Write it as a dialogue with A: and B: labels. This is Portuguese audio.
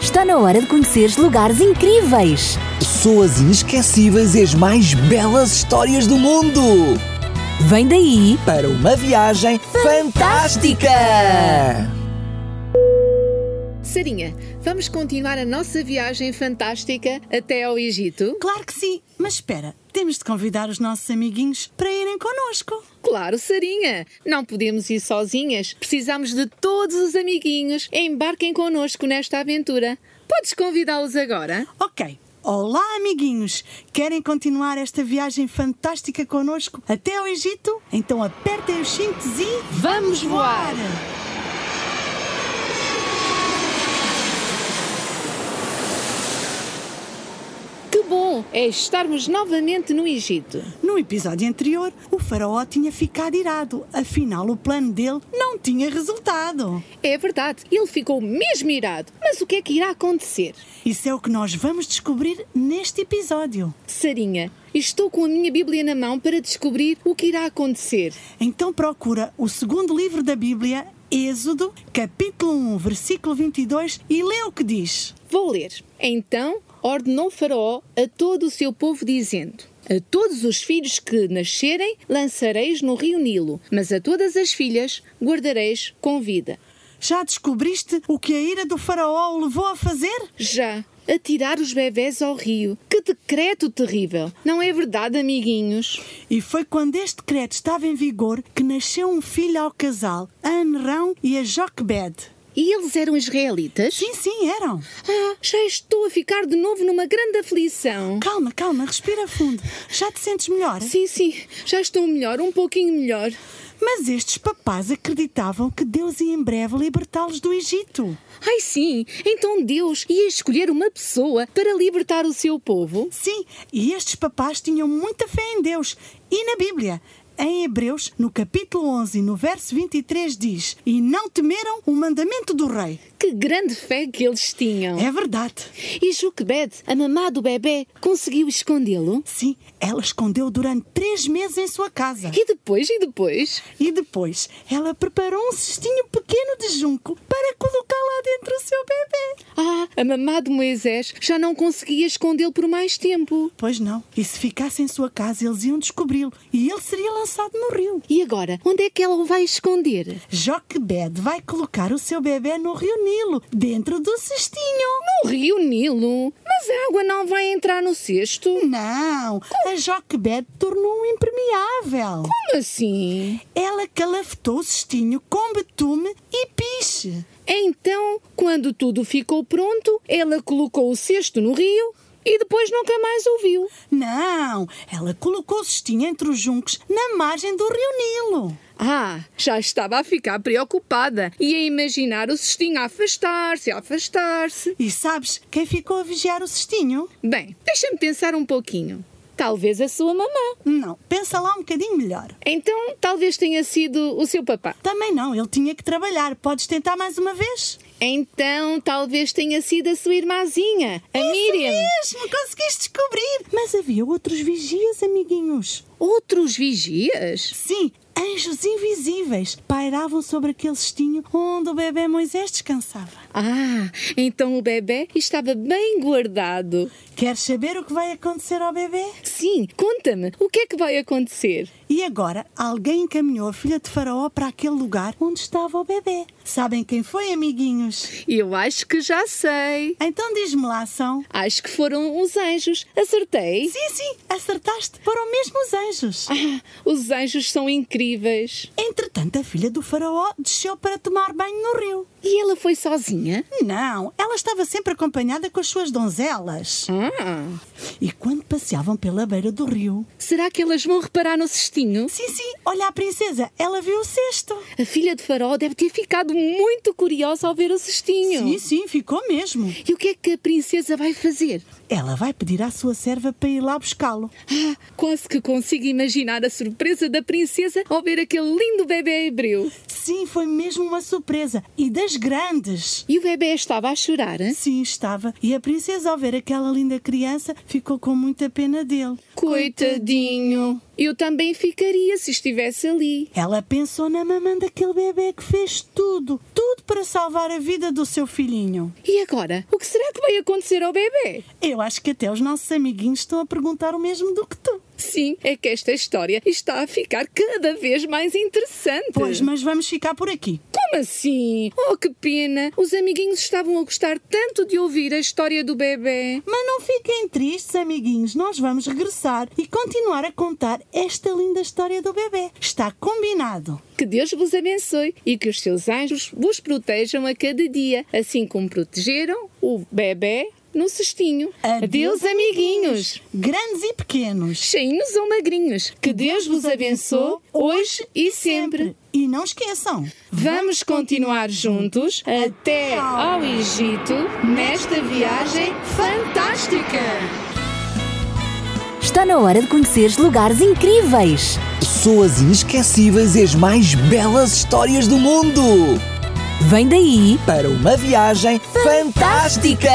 A: Está na hora de conheceres lugares incríveis.
B: Pessoas inesquecíveis e as mais belas histórias do mundo!
A: Vem daí,
B: Para uma viagem fantástica!
C: Sarinha, vamos continuar a nossa viagem fantástica até ao Egito?
D: Claro que sim, mas espera, temos de convidar os nossos amiguinhos para irem connosco.
C: Claro, Sarinha! Não podemos ir sozinhas. Precisamos de todos os amiguinhos. Embarquem connosco nesta aventura. Podes convidá-los agora?
D: Ok, olá amiguinhos! Querem continuar esta viagem fantástica connosco até ao Egito? Então apertem os cintos e.
C: Vamos voar! Que bom é estarmos novamente no Egito.
D: No episódio anterior, o faraó tinha ficado irado, afinal o plano dele não tinha resultado.
C: É verdade, ele ficou mesmo irado. Mas o que é que irá acontecer?
D: Isso é o que nós vamos descobrir neste episódio.
C: Sarinha, estou com a minha Bíblia na mão para descobrir o que irá acontecer.
D: Então procura o segundo livro da Bíblia, Êxodo, capítulo 1, versículo 22, e lê o que diz.
C: Vou ler. Então ordenou Faraó a todo o seu povo, dizendo: A todos os filhos que nascerem lançareis no rio Nilo, mas a todas as filhas guardareis com vida.
D: Já descobriste o que a ira do faraó o levou a fazer?
C: Já atirar os bebés ao rio. Que decreto terrível! Não é verdade, amiguinhos?
D: E foi quando este decreto estava em vigor que nasceu um filho ao casal, a Anrão e a Joquebed.
C: E eles eram israelitas?
D: Sim, sim, eram.
C: Ah, já estou a ficar de novo numa grande aflição.
D: Calma, calma, respira fundo. Já te sentes melhor?
C: Sim, sim, já estou melhor, um pouquinho melhor.
D: Mas estes papás acreditavam que Deus ia em breve libertá-los do Egito.
C: Ai sim, então Deus ia escolher uma pessoa para libertar o seu povo?
D: Sim, e estes papás tinham muita fé em Deus e na Bíblia. Em Hebreus, no capítulo 11, no verso 23, diz: E não temeram o mandamento do rei.
C: Que grande fé que eles tinham!
D: É verdade.
C: E Juquebed, a mamá do bebê, conseguiu escondê-lo?
D: Sim, ela escondeu durante três meses em sua casa.
C: E depois, e depois?
D: E depois, ela preparou um cestinho pequeno de junco para colocar lá dentro o seu bebê.
C: Ah, a mamá de Moisés já não conseguia escondê-lo por mais tempo.
D: Pois não, e se ficasse em sua casa, eles iam descobri-lo e ele seria lançado no rio.
C: E agora, onde é que ela o vai esconder?
D: Joquebed vai colocar o seu bebê no rio Nilo, dentro do cestinho.
C: No rio Nilo. Mas a água não vai entrar no cesto? Como
D: Não, a Joquebed tornou-o impermeável.
C: assim?
D: Ela calafetou o cestinho com betume e piche.
C: Então, quando tudo ficou pronto, ela colocou o cesto no rio e depois nunca mais ouviu.
D: Não, ela colocou o cestinho entre os juncos na margem do rio Nilo.
C: Ah, já estava a ficar preocupada e a imaginar o cestinho a afastar-se, a afastar-se.
D: E sabes quem ficou a vigiar o cestinho?
C: Bem, deixa-me pensar um pouquinho. Talvez a sua mamã.
D: Não, pensa lá um bocadinho melhor.
C: Então, talvez tenha sido o seu papá.
D: Também não, ele tinha que trabalhar. Podes tentar mais uma vez?
C: Então, talvez tenha sido a sua irmãzinha, a Miriam.
D: Mesmo, conseguiste descobrir. Mas havia outros vigias, amiguinhos.
C: Outros vigias?
D: Sim, anjos invisíveis pairavam sobre aquele cestinho onde o bebê Moisés descansava.
C: Ah, então o bebê estava bem guardado.
D: Queres saber o que vai acontecer ao bebê?
C: Sim, conta-me, o que é que vai acontecer?
D: E agora alguém encaminhou a filha de Faraó para aquele lugar onde estava o bebê. Sabem quem foi, amiguinhos?
C: Eu acho que já sei.
D: Então diz-me lá, são.
C: Acho que foram os anjos. Acertei?
D: Sim, sim, acertaste. Foram mesmo os anjos.
C: Ah, os anjos são incríveis.
D: Entretanto, a filha do faraó desceu para tomar banho no rio.
C: E ela foi sozinha?
D: Não, ela estava sempre acompanhada com as suas donzelas.
C: Ah,
D: E quando passeavam pela beira do rio...
C: será que elas vão reparar no cestinho?
D: Sim, sim, olha a princesa, ela viu o cesto.
C: A filha de Faraó deve ter ficado muito curiosa ao ver o cestinho.
D: Sim, sim, ficou mesmo.
C: E o que é que a princesa vai fazer?
D: Ela vai pedir à sua serva para ir lá buscá-lo.
C: Ah, quase que consigo imaginar a surpresa da princesa ao ver aquele lindo bebê hebreu.
D: Sim, foi mesmo uma surpresa. E das grandes.
C: E o bebê estava a chorar. hein?
D: Sim, estava. E a princesa, ao ver aquela linda criança, ficou com muita pena dele.
C: Coitadinho. Eu também ficaria se estivesse ali.
D: Ela pensou na mamã daquele bebê que fez tudo, tudo para salvar a vida do seu filhinho.
C: E agora? O que será que vai acontecer ao bebê?
D: Eu acho que até os nossos amiguinhos estão a perguntar o mesmo do que tu.
C: Sim, é que esta história está a ficar cada vez mais interessante.
D: Pois, mas vamos ficar por aqui.
C: Como assim? Oh, que pena! Os amiguinhos estavam a gostar tanto de ouvir a história do bebê.
D: Mas não fiquem tristes, amiguinhos. Nós vamos regressar e continuar a contar esta linda história do bebê. Está combinado.
C: Que Deus vos abençoe e que os seus anjos vos protejam a cada dia, assim como protegeram o bebê no cestinho. Adeus, amiguinhos!
D: Grandes e pequenos.
C: Cheinhos ou magrinhos, que Deus vos abençoe hoje e sempre.
D: E não esqueçam.
C: Vamos continuar juntos até ao Egito nesta viagem fantástica!
A: Está na hora de conheceres lugares incríveis.
B: Pessoas inesquecíveis e as mais belas histórias do mundo.
A: Vem daí!
B: Para uma viagem fantástica.